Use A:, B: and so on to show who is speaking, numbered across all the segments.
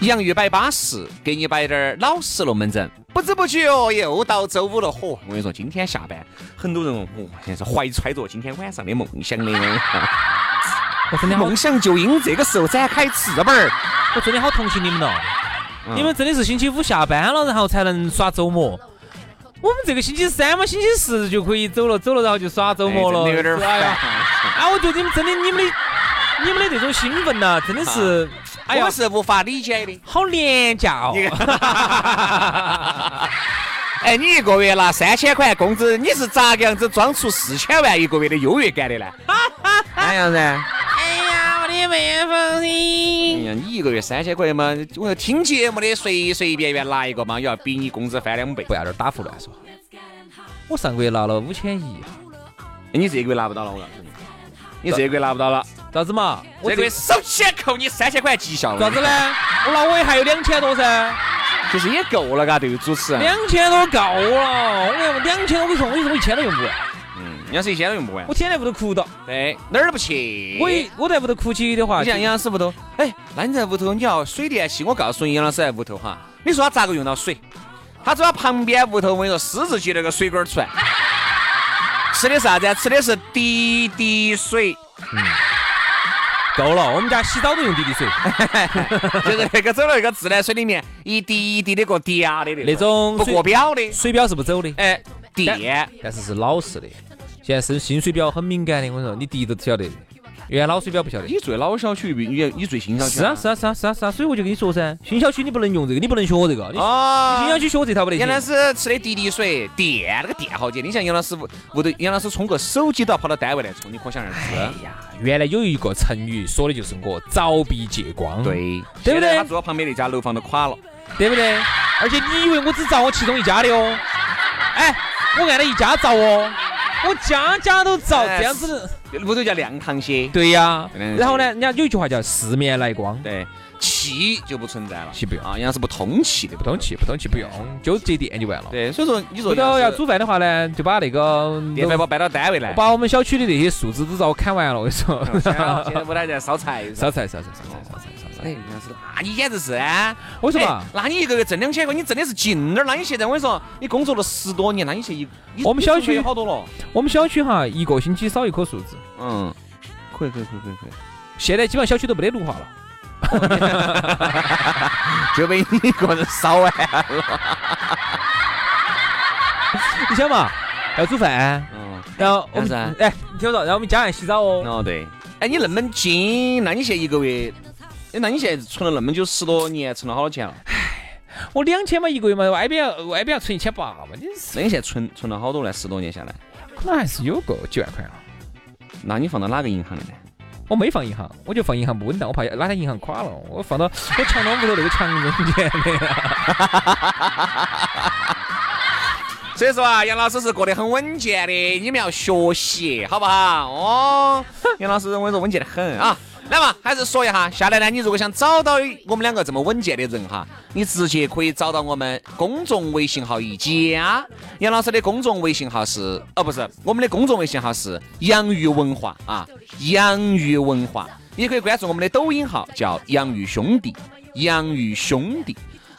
A: 洋芋摆巴适，给你摆点儿老实龙门阵。不知不觉哦，又到周五了。嚯，我跟你说，今天下班，很多人哦，现在是怀揣着今天晚上的梦想的。
B: 我真的好
A: 梦，想就应这个时候展开翅膀儿。
B: 我真的好同情你们了。
A: 嗯
B: 你们真的是星期五下班了，然后才能耍周末。我们这个星期三嘛，星期四就可以走了，走了然后就耍周末了。
A: 哎真的有点儿
B: 是哎呀
A: 烦。
B: 啊，我觉得你们真的，你们的，你们的这种兴奋呐、真的是，哎呀
A: 啊我，是无法理解的。
B: 好廉价哦。
A: 哎，你一个月拿三千块工资，你是咋个样子装出四千万一个月的优越感的呢？哎呀噻。
B: 哎呀，我的办法
A: 哎
B: 噻。
A: 呀，你一个月三千块嘛，我要听节目的随随便便拿一个嘛，也要比你工资翻两倍。不要这打胡乱说，
B: 我上个月拿了五千一，
A: 你这个月拿不到了，我告诉你，你这个月拿不到了，
B: 咋子嘛？我
A: 这个月首先扣你三千块绩效了。
B: 咋子呢？？我拿我也还有两千多噻。
A: 其实也够了嘎，对于主持人，
B: 两千多够了，我跟你说，两千多，我跟你说，我跟你说，我一千都用不完，
A: 嗯，杨是一千都用不完
B: 我。天天在屋头哭到，
A: 对，哪儿都不去。啊
B: 我一我在屋头哭起的话，
A: 你像
B: 就
A: 杨老师屋头，哎，那你在屋头你要水电气，我告诉你，杨老师在屋头哈，你说他咋个用到水？他走到旁边屋头，我跟你说，私自接了个水管出来，吃的啥子啊？吃的是滴滴水，
B: 够了，我们家洗澡都用滴滴水，
A: 就是那个走到那个自来水里面一滴一滴的过滴啊的
B: 那种
A: 不过表的，
B: 水表是不走的，
A: 哎，电。
B: 但是是老实的。现在是新水表很敏感的，我跟你说，你滴都晓得，原来老水表不晓得。
A: 你最老小区，你你最新小区
B: 是啊是啊是啊是啊是啊，所以我就跟你说噻，哦新小区你不能用这个，你不能学这个，你
A: 啊
B: 新小区学这套不得
A: 杨老
B: 行。
A: 师吃的滴滴水，电那个电好简，你像杨老师屋屋头，杨老师充个手机都要跑到单位来充，你可想而
B: 哎
A: 知。
B: 呀，原来有一个成语说的就是我凿壁借光，
A: 对，
B: 对不
A: 现
B: 对
A: 在他住到旁边那家楼房都垮了，
B: 对不对？而且你以为我只找我其中一家的哦？哎，我按了一家找哦，我家家都找，
A: 哎
B: 这样子。
A: 屋头叫亮堂些。
B: 对呀、
A: 嗯
B: 然后呢，人家有一句话叫“四面来光
A: 对，气就不存在了，
B: 气不用
A: 啊，杨老师不通气的，”，
B: 不通。气，不通气不用，就接电就完了。
A: 对，所以说你说
B: 不到要
A: 杨老师
B: 煮饭的话呢，就把那个
A: 电饭煲搬到单位来。
B: 把我们小区的那些树枝都遭我砍完了，我跟你说。
A: 现在屋头还在烧菜，
B: 烧菜，烧菜，烧菜，烧菜，烧
A: 哎，
B: 菜。
A: 杨老师，那你简直是啊！
B: 我说嘛
A: 哎，那你一个月挣两千块，你挣的是劲儿。那你现在我跟你说，你工作了十多年，那你现在一你
B: 我们小区
A: 你储备好多了。
B: 我们小区哈，一个星期少一棵树枝，
A: 嗯，可以可以可以可以可以，
B: 现在基本上小区都没得绿化了。
A: 就被你一个人烧完 了。
B: 你想嘛，要煮饭，
A: 嗯，
B: 然后我
A: 啥子
B: 们
A: 啊
B: 哎，你听我说，然后我们家人洗澡哦。
A: 哦对，哎，你那么精，那你现在一个月，哎，那你现在存了那么久，十多年，存了好多钱了？
B: 我两千嘛一个月嘛，外边要外边要存一千八嘛，你是
A: 那你现在存存了好多呢？十多年下来，
B: 可能还是有个几万块啊。
A: 那你放到哪个银行的呢？
B: 我没放银行，我就放银行不稳当，我怕哪天银行垮了，我放到我墙头屋头那个墙中间的。
A: 所以说啊，杨老师是过得很稳健的，你们要学习，好不好？哦，杨老师，我跟你说，稳健的很啊。来嘛，还是说一下，下来呢，你如果想找到我们两个这么稳健的人哈，你直接可以找到我们公众微信号一加。杨老师的公众微信号是，哦，不是，我们的公众微信号是洋芋文化啊，洋芋文化。也可以关注我们的抖音号，叫洋芋兄弟，洋芋兄弟。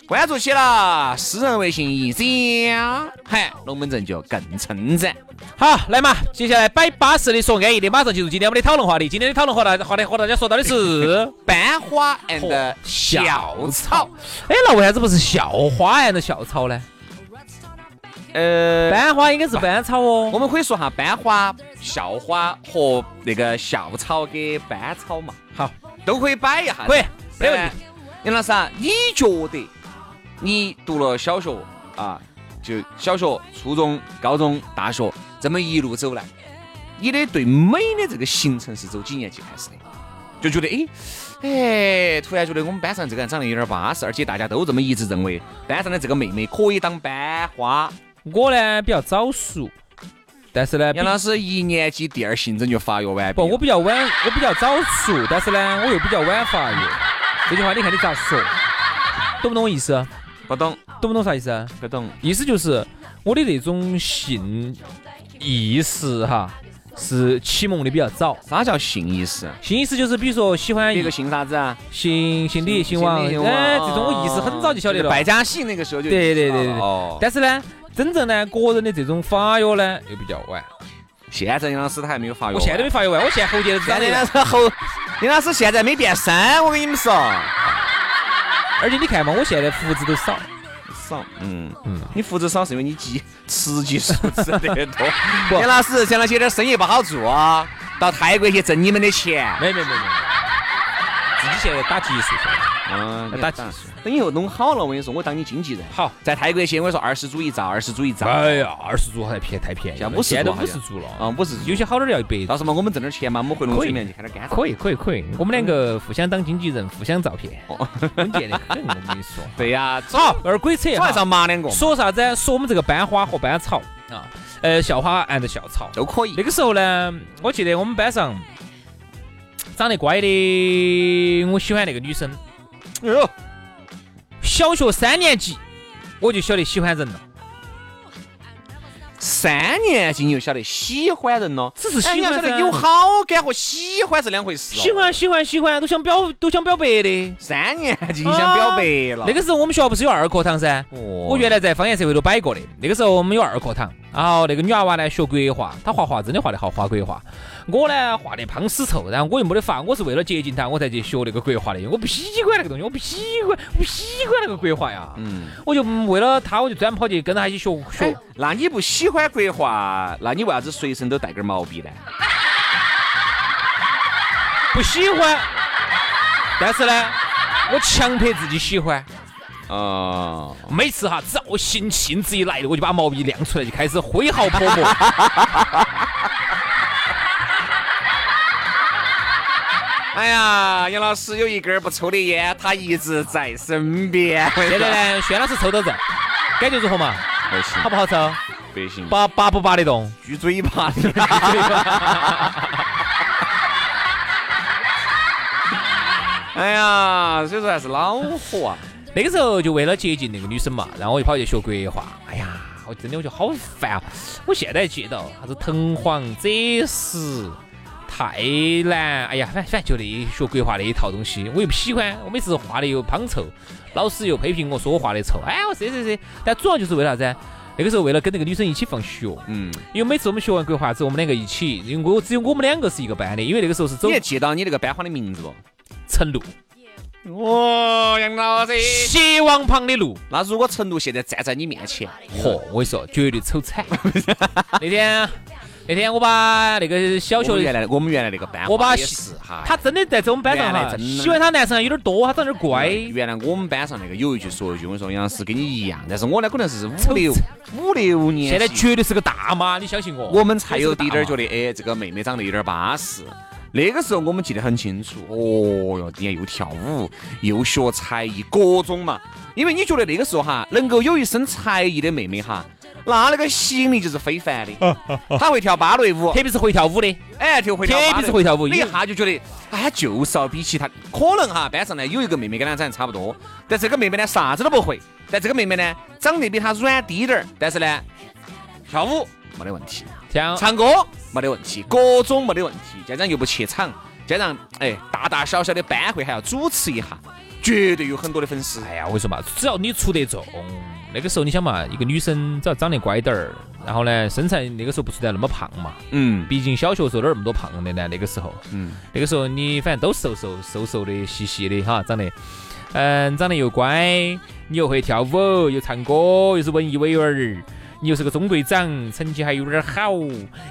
A: 关注起了，私人微信一加，嘿，龙门阵就更称赞。。
B: 好，来嘛，接下来摆巴适的说安逸的，马上进入今天我们的讨论话题。今天的讨论话题话题和大家说到的是
A: 班花 and
B: 嚯
A: 校草，
B: 哎，那为啥子不是校花还是校草呢？
A: 呃，
B: 班花应该是班草
A: 我
B: 哦。
A: 们可以说哈班花、校花和那个校草跟班草嘛。
B: 好，
A: 都可以摆一下子。
B: 可以没问
A: 题。杨老师啊，你觉得你读了小学啊，就小学、初中、高中、大学，这么一路走来，你的对美的这个形成是走几年级开始的？就觉得诶，哎，突然觉得我们班上这个人长得有点巴适，而且大家都这么一致认为，班上的这个妹妹可以当班花。
B: 我呢比较早熟，但是呢，比
A: 杨老师一年级第二性征就发育完毕
B: 不，
A: 了。
B: 我比较晚，我比较早熟，但是呢，我又比较晚发育。这句话你看你咋说？懂不懂我意思？
A: 不懂，
B: 懂不懂啥意思啊？
A: 不懂。
B: 意思就是我的那种性意识哈，是启蒙的比较早。
A: 啥叫性意识？
B: 性意识就是比如说喜欢
A: 别个姓啥子啊？
B: 姓姓李、姓王，
A: 姓李
B: 哎，这种我意识很早就晓
A: 啊
B: 得
A: 哦是
B: 了。
A: 百家姓那个时候就
B: 对对对对对
A: 哦，
B: 但是呢，真正呢，个人的这种发育呢，又比较晚。
A: 现在杨老师他还没有发育完。
B: 我现在都没发育完，我现在喉结都
A: 现
B: 长
A: 在
B: 得
A: 杨
B: 烂
A: 老师后，杨老师现在没变深，我跟你们说。
B: 而且你看嘛，我现在胡子都 少。
A: 少，嗯
B: 嗯
A: 嗯，你胡子少是因为你激雌激素吃得多
B: 不。
A: 杨老师，杨老师有点生意不好做啊，到泰国去挣你们的钱。
B: 没没没没，自己现在打激素去了。
A: 嗯
B: 打激素。
A: 等以后弄好了，我跟你说，我当你经纪人。
B: 好，
A: 在泰国去，我跟你说二十株一兆，二十株一兆。
B: 哎呀，二十株还便太便宜了，
A: 像50
B: 现在都
A: 株
B: 五
A: 好
B: 十
A: 像哦
B: 株了
A: 啊，我是
B: 有些好点儿的要一百
A: 到时候嘛，我们挣点钱嘛，我们回龙水面去看点干
B: 可以可以可以，我们两个互相当经纪人，互相照片，
A: 哦
B: 稳健的很。我跟 你说，
A: 对呀，
B: 好
A: 走，，
B: 二鬼扯
A: 走还
B: 哈，
A: 上马两个
B: 说啥子？说我们这个班花和班草啊，呃，校花按着校草。
A: 都可以
B: 那。个时候呢，我记得我们班上长得乖的，我喜欢那个女生，
A: 哎呦，
B: 小学三年级我就晓得喜欢人了，
A: 三年级你就晓得喜欢人了，
B: 只是喜
A: 哎你要
B: 欢
A: 晓
B: 噻
A: 得有好感和喜欢是两回事、哦。
B: 喜欢喜欢喜欢，都想表都想表白的。
A: 三年级你想表白了，
B: 那个时候我们学校不是有二课堂噻？我
A: 我
B: 原来在方言社会都摆过的，那个时候我们有二课堂，然后那个女娃娃呢学国画，她画画真的画得好，画国画。我呢画得胖死臭，然后我又没得法，我是为了接近她，我才去学那个国画的，因为我不喜欢那个东西，我不喜欢，我不喜欢那个国画呀。
A: 嗯，
B: 我就嗯为了她，我就专门跑去跟她一起学
A: 哎
B: 学。，
A: 那你不喜欢国画，那你为啥子随身都带根毛笔呢？
B: 不喜欢，但是呢，我强迫自己喜欢。
A: 哦，
B: 每次哈，只要我兴兴致一来了，我就把毛笔亮出来，就开始挥毫泼墨。
A: 哎呀，杨老师有一根不抽的烟，他一直在身边。
B: 现在呢，轩老师抽到人，感觉如何嘛？
A: 不行，
B: 好不好抽？
A: 不行，
B: 拔拔不拔得动？
A: 举嘴巴的。哎呀，所以说还是恼火啊！
B: 那个时候就为了接近那个女生嘛，然后我就跑去学国画。哎呀，我真的我觉得好烦啊！我现在记到啥子藤黄、赭石、太难，哎呀，反反正就那学国画那一套东西，我又不喜欢。我每次画的又胖臭，老师又批评我说我画的丑。哎，我是是是，但主要就是为了啥子？那个时候为了跟那个女生一起放学，
A: 嗯，
B: 因为每次我们学完国画之后，我们两个一起，因为我只有我们两个是一个班的，因为那个时候是走
A: 你还记到你那个班花的名字不？
B: 成路，
A: 哦，杨老师
B: 斜往旁的路。
A: 那如果程璐现在站在你面前，
B: 嚯，哦我跟你说，绝对丑 惨。那天，那天我把那个小
A: 我
B: 学
A: 们原
B: 的，
A: 来我们原来那个班，
B: 我把
A: 也是哈，
B: 他真的在我们班上
A: 原来
B: 哈，
A: 真的
B: 喜欢他男生有点多，他长得有点乖。
A: 原来我们班上那个有一句说一句，我跟你说杨老师跟你一样，但是我呢可能是五六五六年级，
B: 现在绝对是个大妈，你相信我。
A: 我们才有滴
B: 点
A: 点儿觉得，哎，这个妹妹长得有点巴适。那个时候我们记得很清楚，哦哟，你看又跳舞，又学才艺，各种嘛。因为你觉得那个时候哈，能够有一身才艺的妹妹哈，那那个吸引力就是非凡的。她会跳芭蕾舞，
B: 特别是会跳舞的，
A: 哎，就会跳芭蕾
B: 特别是会跳舞
A: 你一下就觉得，哎，就是要比起他，可能哈班上呢有一个妹妹跟他长得差不多，但这个妹妹呢啥子都不会，但这个妹妹呢长得比他软低点儿，但是呢跳舞没得问题，
B: 像
A: 唱歌没得问题，各种没得问题，家长又不怯场，家长哎大大小小的班会还要主持一下，绝对有很多的粉丝。
B: 哎呀，我跟你说嘛，只要你出得众，那个时候你想嘛，一个女生只要长得乖点儿，然后呢，身材那个时候不存在那么胖嘛，
A: 嗯
B: 毕竟小学时候哪有那么多胖的呢？那个时候，
A: 嗯，
B: 那个时候你反正都瘦瘦瘦瘦的、细细的哈，长得，嗯，长得又乖，你又会跳舞，又唱歌，又是文艺委员儿。你又是个中队长，成绩还有点儿好，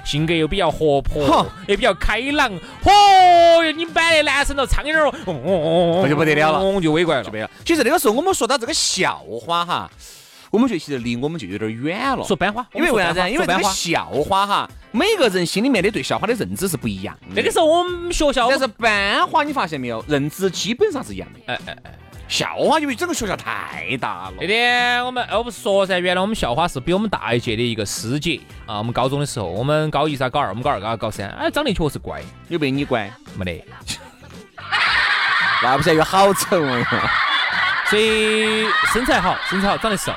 B: 性格又比较活泼
A: 哼，
B: 也比较开朗，嚯，哦哟，你们班那男生了，苍蝇儿哦，嗡嗡嗡嗡
A: 那就不得了了
B: 嗡就围过来了
A: 就。没了。其实那个时候我们说到这个校花哈，我们觉得其实离我们就有点远了。
B: 说班花，
A: 因为
B: 我
A: 为
B: 们
A: 啥子啊？因
B: 说班花
A: 为
B: 说
A: 这
B: 班
A: 个
B: 花，
A: 校花哈，每个人心里面的对校花的认知是不一样的。
B: 那个时候我们学校，
A: 但是班花你发现没有，认知基本上是一样的。
B: 哎哎哎，
A: 校花因为整个学校太大了
B: 那，天我们呃我不是说噻，原来我们校花是比我们大一届的一个师姐啊。我们高中的时候，我们高一噻，高二，我们高二，高高三，哎，长得确实乖，
A: 有没你乖？
B: 没得。
A: 那不晓得有好丑哦。
B: 所以身材好，身材好，长得瘦。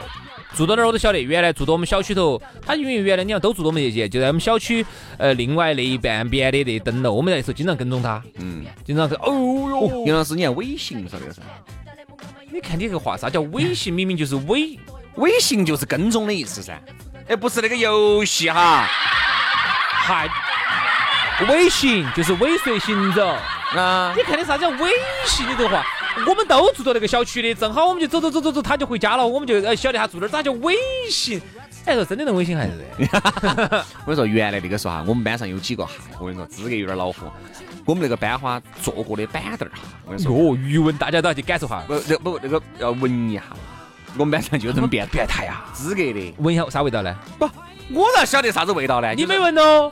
B: 住到哪儿我都晓得，原来住到我们小区头，他因为原来你要都住到我们这些，就在我们小区呃另外那一半边的那栋楼，我们那时候经常跟踪他，
A: 嗯，
B: 经常看，哦哟，
A: 杨老师，你看微信啥的噻？
B: 你看你这个话啥叫微信，明明就是微，
A: 微信就是跟踪的意思噻。哎，不是那个游戏哈，
B: 还微信就是尾随行走。
A: 啊
B: 你，看的啥叫微信？你这话，我们都住到那个小区的，正好我们就走走走走走，他就回家了，我们就呃晓得他住哪儿，咋叫微信？哎，说真的，那微信还是
A: 我跟你说，原来那个时候哈，我们班上有几个哈，我跟你说，资格有点恼火。我们那个班花坐过的板凳儿哈，我跟你说，
B: 哟，语文大家都要去感受下，
A: 不，那不那个要闻一下，我们班上就有这 么变变态呀，资格的。
B: 闻一下啥味道呢？
A: 不，我咋晓得啥子味道呢？
B: 你没闻哦。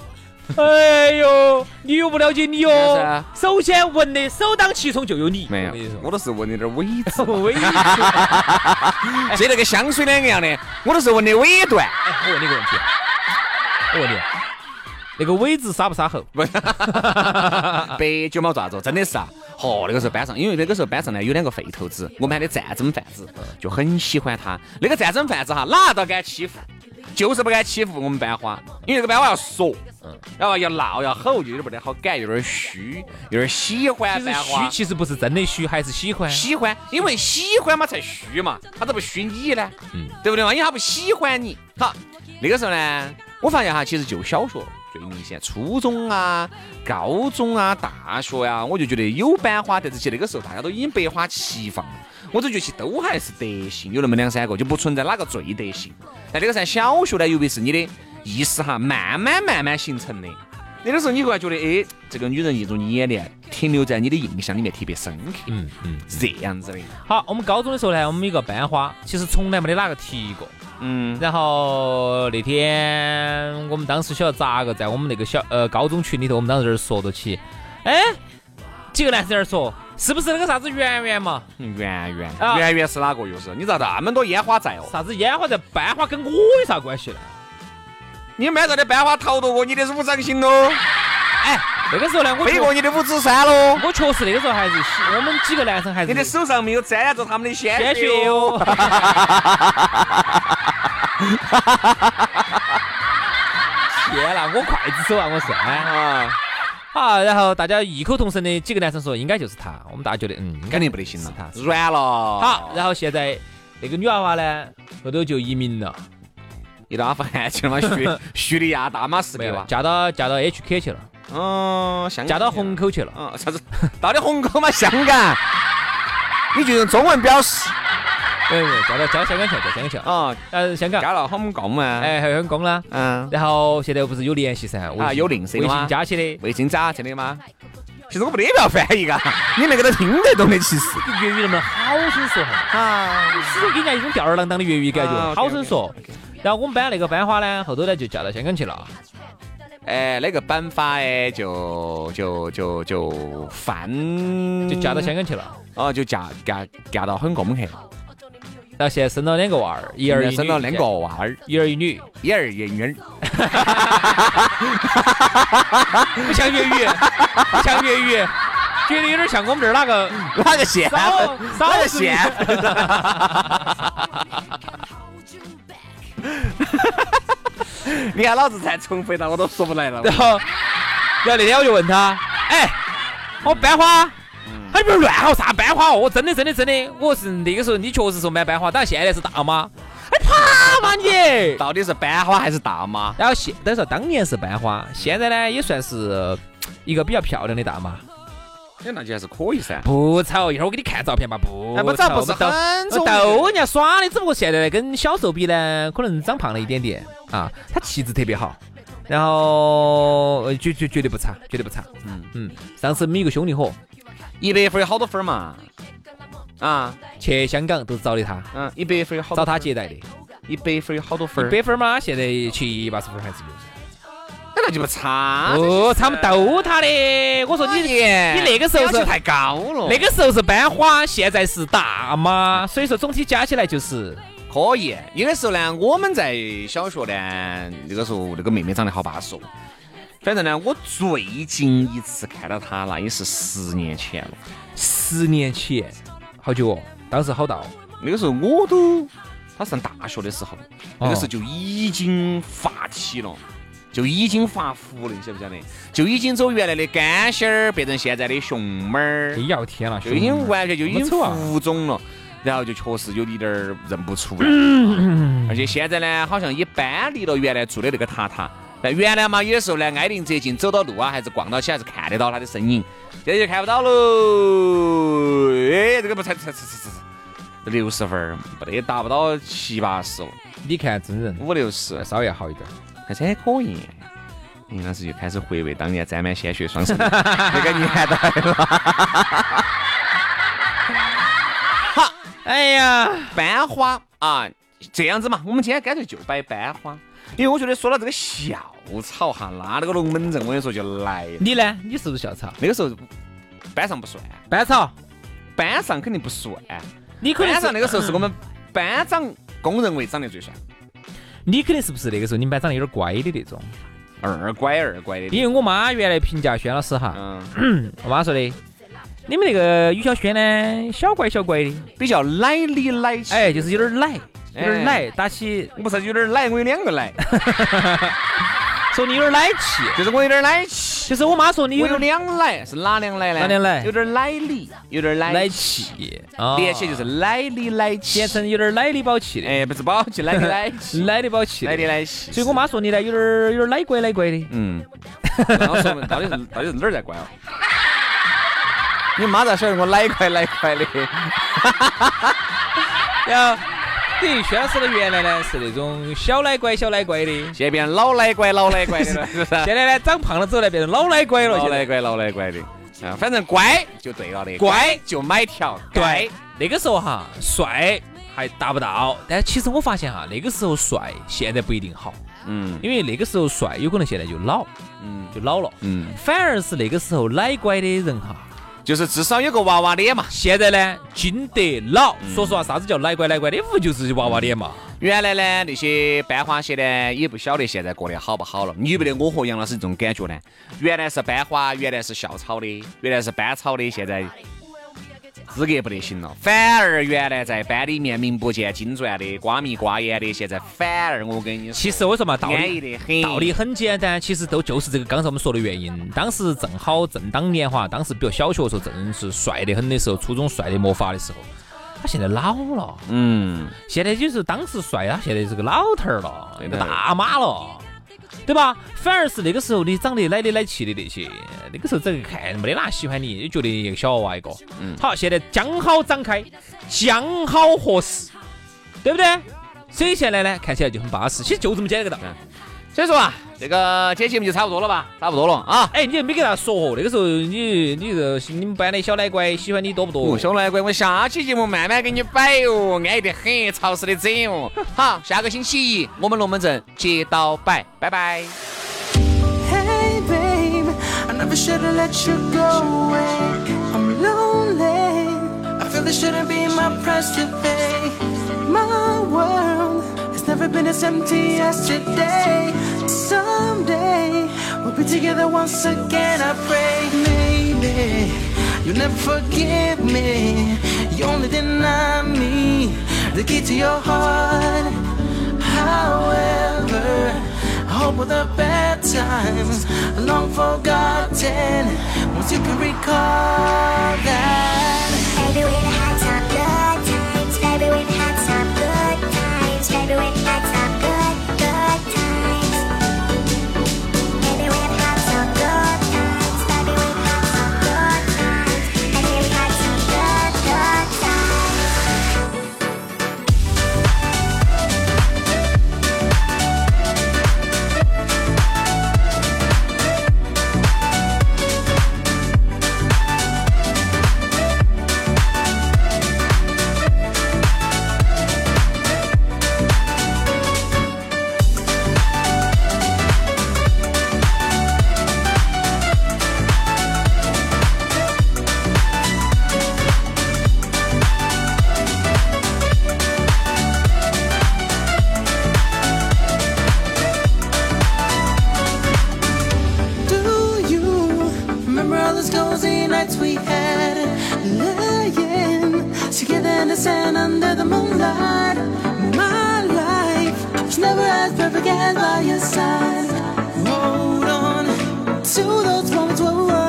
B: 哎呦，你又不了解你
A: 是
B: 哦
A: 啊。
B: 首先闻的首当其冲就有你，
A: 没
B: 我跟你
A: 有，
B: 说。
A: 我都是闻的点尾字
B: 微信，哎
A: 这那个香水两个样的，我都是闻的尾段。
B: 我问你个问题，啊我问你，啊那个尾字沙不沙喉？
A: 啊白酒猫爪子，真的是啊！哦，那个时候班上，因为那个时候班上呢有两个废头子，我们喊的战争贩子，就很喜欢他。那个战争贩子哈，哪都敢欺负，就是不敢欺负我们班花，因为那个班花要说，然后要闹要吼，就有点不得好感，有点虚，有点喜欢
B: 其实
A: 班
B: 虚
A: 花。
B: 其实不是真的虚，还是喜欢。啊
A: 喜欢，因为喜欢嘛才虚嘛，他咋不虚你呢？
B: 嗯
A: 对不对嘛？因为他不喜欢你。好，那个时候呢，我发现哈，其实就小学最明显，初中啊、高中啊、大学呀、我就觉得有班花，但是其实那个时候大家都已经百花齐放了。我都觉得其实都还是德性，有那么两三个，就不存在哪个最德性。但那个噻，小学呢，尤其是你的意识哈，慢慢慢慢形成的。那个时候你会觉得，哎，这个女人一种眼帘停留在你的印象里面特别深刻。
B: 嗯嗯。
A: 是这样子的。
B: 好，我们高中的时候呢，我们有个班花，其实从来没得哪个提过。
A: 嗯，
B: 然后那呃天我们当时晓得咋个，在我们那个小呃高中群里头，我们当时在那儿说到起，哎，几个男生在那儿说，是不是那个啥子圆圆嘛？
A: 嗯圆圆，
B: 啊
A: 圆圆是哪个？又是你咋那么多烟花在哦？
B: 啥子烟花在班花跟我有啥关系呢？
A: 你们班上的班花逃得过你的五掌心 喽，
B: 哎，那个时候呢，我
A: 飞
B: 确
A: 过你的五指山喽，
B: 我确实那个时候还是喜我们几个男生还是
A: 你的手哎上没有沾染着他们的鲜
B: 鲜
A: 血哦
B: 血
A: 哟。
B: 哟。 天呐，我刽子手啊，我是。哎
A: 啊，
B: 好，然后大家异口同声的几个男生说应该就是他，我们大家觉得嗯，应该
A: 肯定不得行
B: 是他
A: 了，软了。
B: 好。然后现在那个女娃娃呢，后头就移民了，
A: 一到阿富汗去了嘛， 叙叙利亚大马士
B: 没
A: 革
B: 有
A: 哇，
B: 嫁到嫁到 HK 去了，
A: 嗯，香港
B: 嫁到虹口去了。
A: 嗯，啥子？到底虹口嘛，香 港？你就用中文表示
B: 没有没有，嫁到嫁到香港去了，嫁香港去了。
A: 啊，
B: 呃，哎香港，
A: 加了红共嘛，
B: 哎，还有香港啦。
A: 嗯。
B: 然后现在不是有联系噻？微信
A: 啊有联系
B: 微
A: 的吗
B: 信加起的。
A: 卫星渣，真的吗？其实我没得必要翻译嘎，你那个都听得懂的，其实
B: 这个粤语能不能好生说哈？
A: 啊，
B: 始终给人家一种吊儿郎当的粤语感
A: 啊
B: 觉，
A: ，OK，
B: 好生说。然后我们班那个班花呢，后头呢就嫁到香港去了。
A: 哎，那个板法哎，就就就就翻，
B: 就嫁到香港去了。
A: 哦，就嫁嫁嫁到很公去，
B: 然后现在生了两个娃儿，一儿一女，
A: 生了两个，娃儿，
B: 一儿一女，
A: 一儿一女儿，
B: 不像粤语，不像粤语，觉得有点像我们这儿哪个
A: 哪个县？
B: 少
A: 哪
B: 少
A: 个县？你看老子才重复到我都说不来了。
B: 然后，然后那天我就问他，哎，我班花，他不是乱喊我啥班花哦，我真的真的真的，我是那个时候你确实是蛮班花，但现在是大妈，哎，怕嘛你？
A: 到底是班花还是大妈？
B: 然后现等于说当年是班花，现在呢也算是一个比较漂亮的大妈。
A: 哎，那就还是可以噻。
B: 不丑，一会儿我给你看照片吧。不
A: 哎，不
B: 丑，
A: 这不是
B: 我们
A: 很
B: 都
A: 重
B: 逗人家耍的，只不过现在跟小时候比呢，可能长胖了一点点啊。她气质特别好，然后呃绝绝绝对不差，绝对不差。
A: 嗯
B: 嗯，上次我们有个兄弟伙
A: 一百分有好多分嘛？啊，
B: 去香港都是找的他，
A: 嗯，一百分有好多，
B: 找他接待的，
A: 一百分有好多分
B: 一
A: 儿，
B: 百分嘛，现在七八十分还是有。
A: 那那就不差。
B: 哦，他们逗他的，我说你
A: 你你
B: 你那个时候是
A: 太高了，
B: 那个时候是班花，现在是大妈，所以说总体加起来就是
A: 可以。那个时候呢，我们在小学呢，那个时候那个妹妹长得好巴适哦。反正呢，我最近一次看到她，那也是十年前了。
B: 十年前，好久哦，当时好大哦，
A: 那个时候我都，她上大学的时候，那个时候
B: 哦
A: 就已经发起了。就已经发福了，你晓不晓得？就已经走原来的干仙儿，变成现在的熊猫儿
B: 哎，呀我天呐，
A: 就已经
B: 兄弟
A: 完全就已经
B: 怎么丑啊
A: 浮肿了，然后就确实有一点儿认不出来，而且现在呢，好像也搬离了原来住的那个榻榻。但原来嘛，有的时候呢，挨邻接近，走到路啊，还是逛到起，还是看得到他的身影，现在就看不到喽。哎，这个不才才才才才六十分儿，不得达不到七八十了，
B: 你看真人
A: 五六十
B: 稍微要好一点，
A: 还是很可以。你当时就开始回味当年沾满鲜血双手的那个年代了。
B: 哎呀，
A: 班花啊，这样子嘛，我们今天干脆就摆班花，因为我觉得说到这个校草哈，那那个龙门阵，我跟你说就来了。
B: 你呢？你是不是校草？
A: 那个时候班上不算，
B: 班草，
A: 班上肯定不算，
B: 你可能
A: 班
B: 是
A: 上那个时候是我们班长公认为长得最帅，
B: 你肯定是不是那个时候你们班长有点乖的 那种？
A: 二乖二乖的。
B: 因为我妈原来评价轩老师哈，
A: 嗯，
B: 我妈说的，你们那个于小轩呢，小乖小乖的，
A: 比较奶里奶气，
B: 哎，就是有点奶，有
A: 嗯哎
B: 点奶，打起
A: 我不是有点奶，我有两个奶，
B: 说你有点奶气。
A: 就是我有点奶气，
B: 就是我妈说你
A: 我
B: 有
A: 有
B: 点
A: 两奶，是哪两奶呢？
B: 哪两奶
A: 有点奶里，有点奶
B: 奶
A: 气，
B: 气啊，
A: 连起来就是奶里奶气，
B: 简称有点奶里宝气的，
A: 哎，不是宝气，奶里奶气，
B: 奶里宝气
A: 来的
B: 的。
A: 来西，
B: 所以我妈说你呢，有点有点奶乖奶乖的。
A: 嗯，然后说明到底是到底是哪儿在乖哦？你妈在说我奶块奶块的，
B: 然后等于薛老师的原来呢是那种小奶乖小奶乖的，
A: 现在变成老奶乖老奶乖的了，是不是？
B: 现在呢长胖了之后呢变成老奶乖了。
A: 老
B: 现在
A: 奶乖老奶乖的，啊，反正乖就对了的，乖就买条，
B: 对，那个时候哈帅还达不到，但其实我发现哈那个时候帅现在不一定好，
A: 嗯
B: 因为那个时候帅有可能现在就老
A: 嗯
B: 就老了，
A: 嗯，
B: 反而是那个时候奶乖的人哈。
A: 就是至少有个娃娃脸嘛。
B: 现在呢，经得老。
A: 嗯
B: 说实话，啥子叫奶乖奶乖的？不就是娃娃脸嘛？
A: 原来呢，那些班花些呢，也不晓得现在过得好不好了。你有没得我和杨老师这种感觉呢？原来是班花，原来是校草的，原来是班草的，现在资格不得行了。反而原来在班里面名不见经传的、瓜米瓜眼的，现在反而我跟你说，
B: 其实我说嘛，道
A: 安逸
B: 理
A: 得很，
B: 道理很简单，其实都就是这个刚才我们说的原因。当时正好正当年华，当时比如小学的时候正是帅得很的时候，初中帅得没法的时候。他啊现在老了，
A: 嗯，
B: 现在就是当时帅，他现在是个老头儿了
A: 对，的
B: 大妈了。对吧？反而是那个时候你长得奶里奶气的那些，那个时候整个看没得哪喜欢你，也觉得一个小娃娃一个。
A: 嗯
B: 好，现在将好展开，将好合适，对不对？所以现在呢，看起来就很巴适，其实就这么简单个道理。
A: 所以说啊，这个这节目就差不多了吧，差不多了啊。
B: 哎，你又没给他说哦，那个时候你你这你们班的小奶乖喜欢你多不多
A: 哦，？小奶乖，我下期节目慢慢给你摆哦，安逸得很，潮湿的整哦。好，下个星期一我们龙门阵接到摆，拜拜。
C: Hey babe, I never should've let you go away. I'm lonely. I feel this shouldn't be my price to pay. My world has never been as empty as today. Someday we'll be together once again. I pray maybe you never forgive me. You only deny me the key to your heart. However, I hope all the bad times are long forgotten. Once you can recall that.
D: Baby, we've had some good times. Baby, we've had some good times. Baby, we've had some good, good times. Baby, we've had some good times. Baby, we've had some good times. Baby, we've had some good, good times.
C: sand to sand under the moonlight. My life was never as perfect as by your side. Hold on to those moments where we're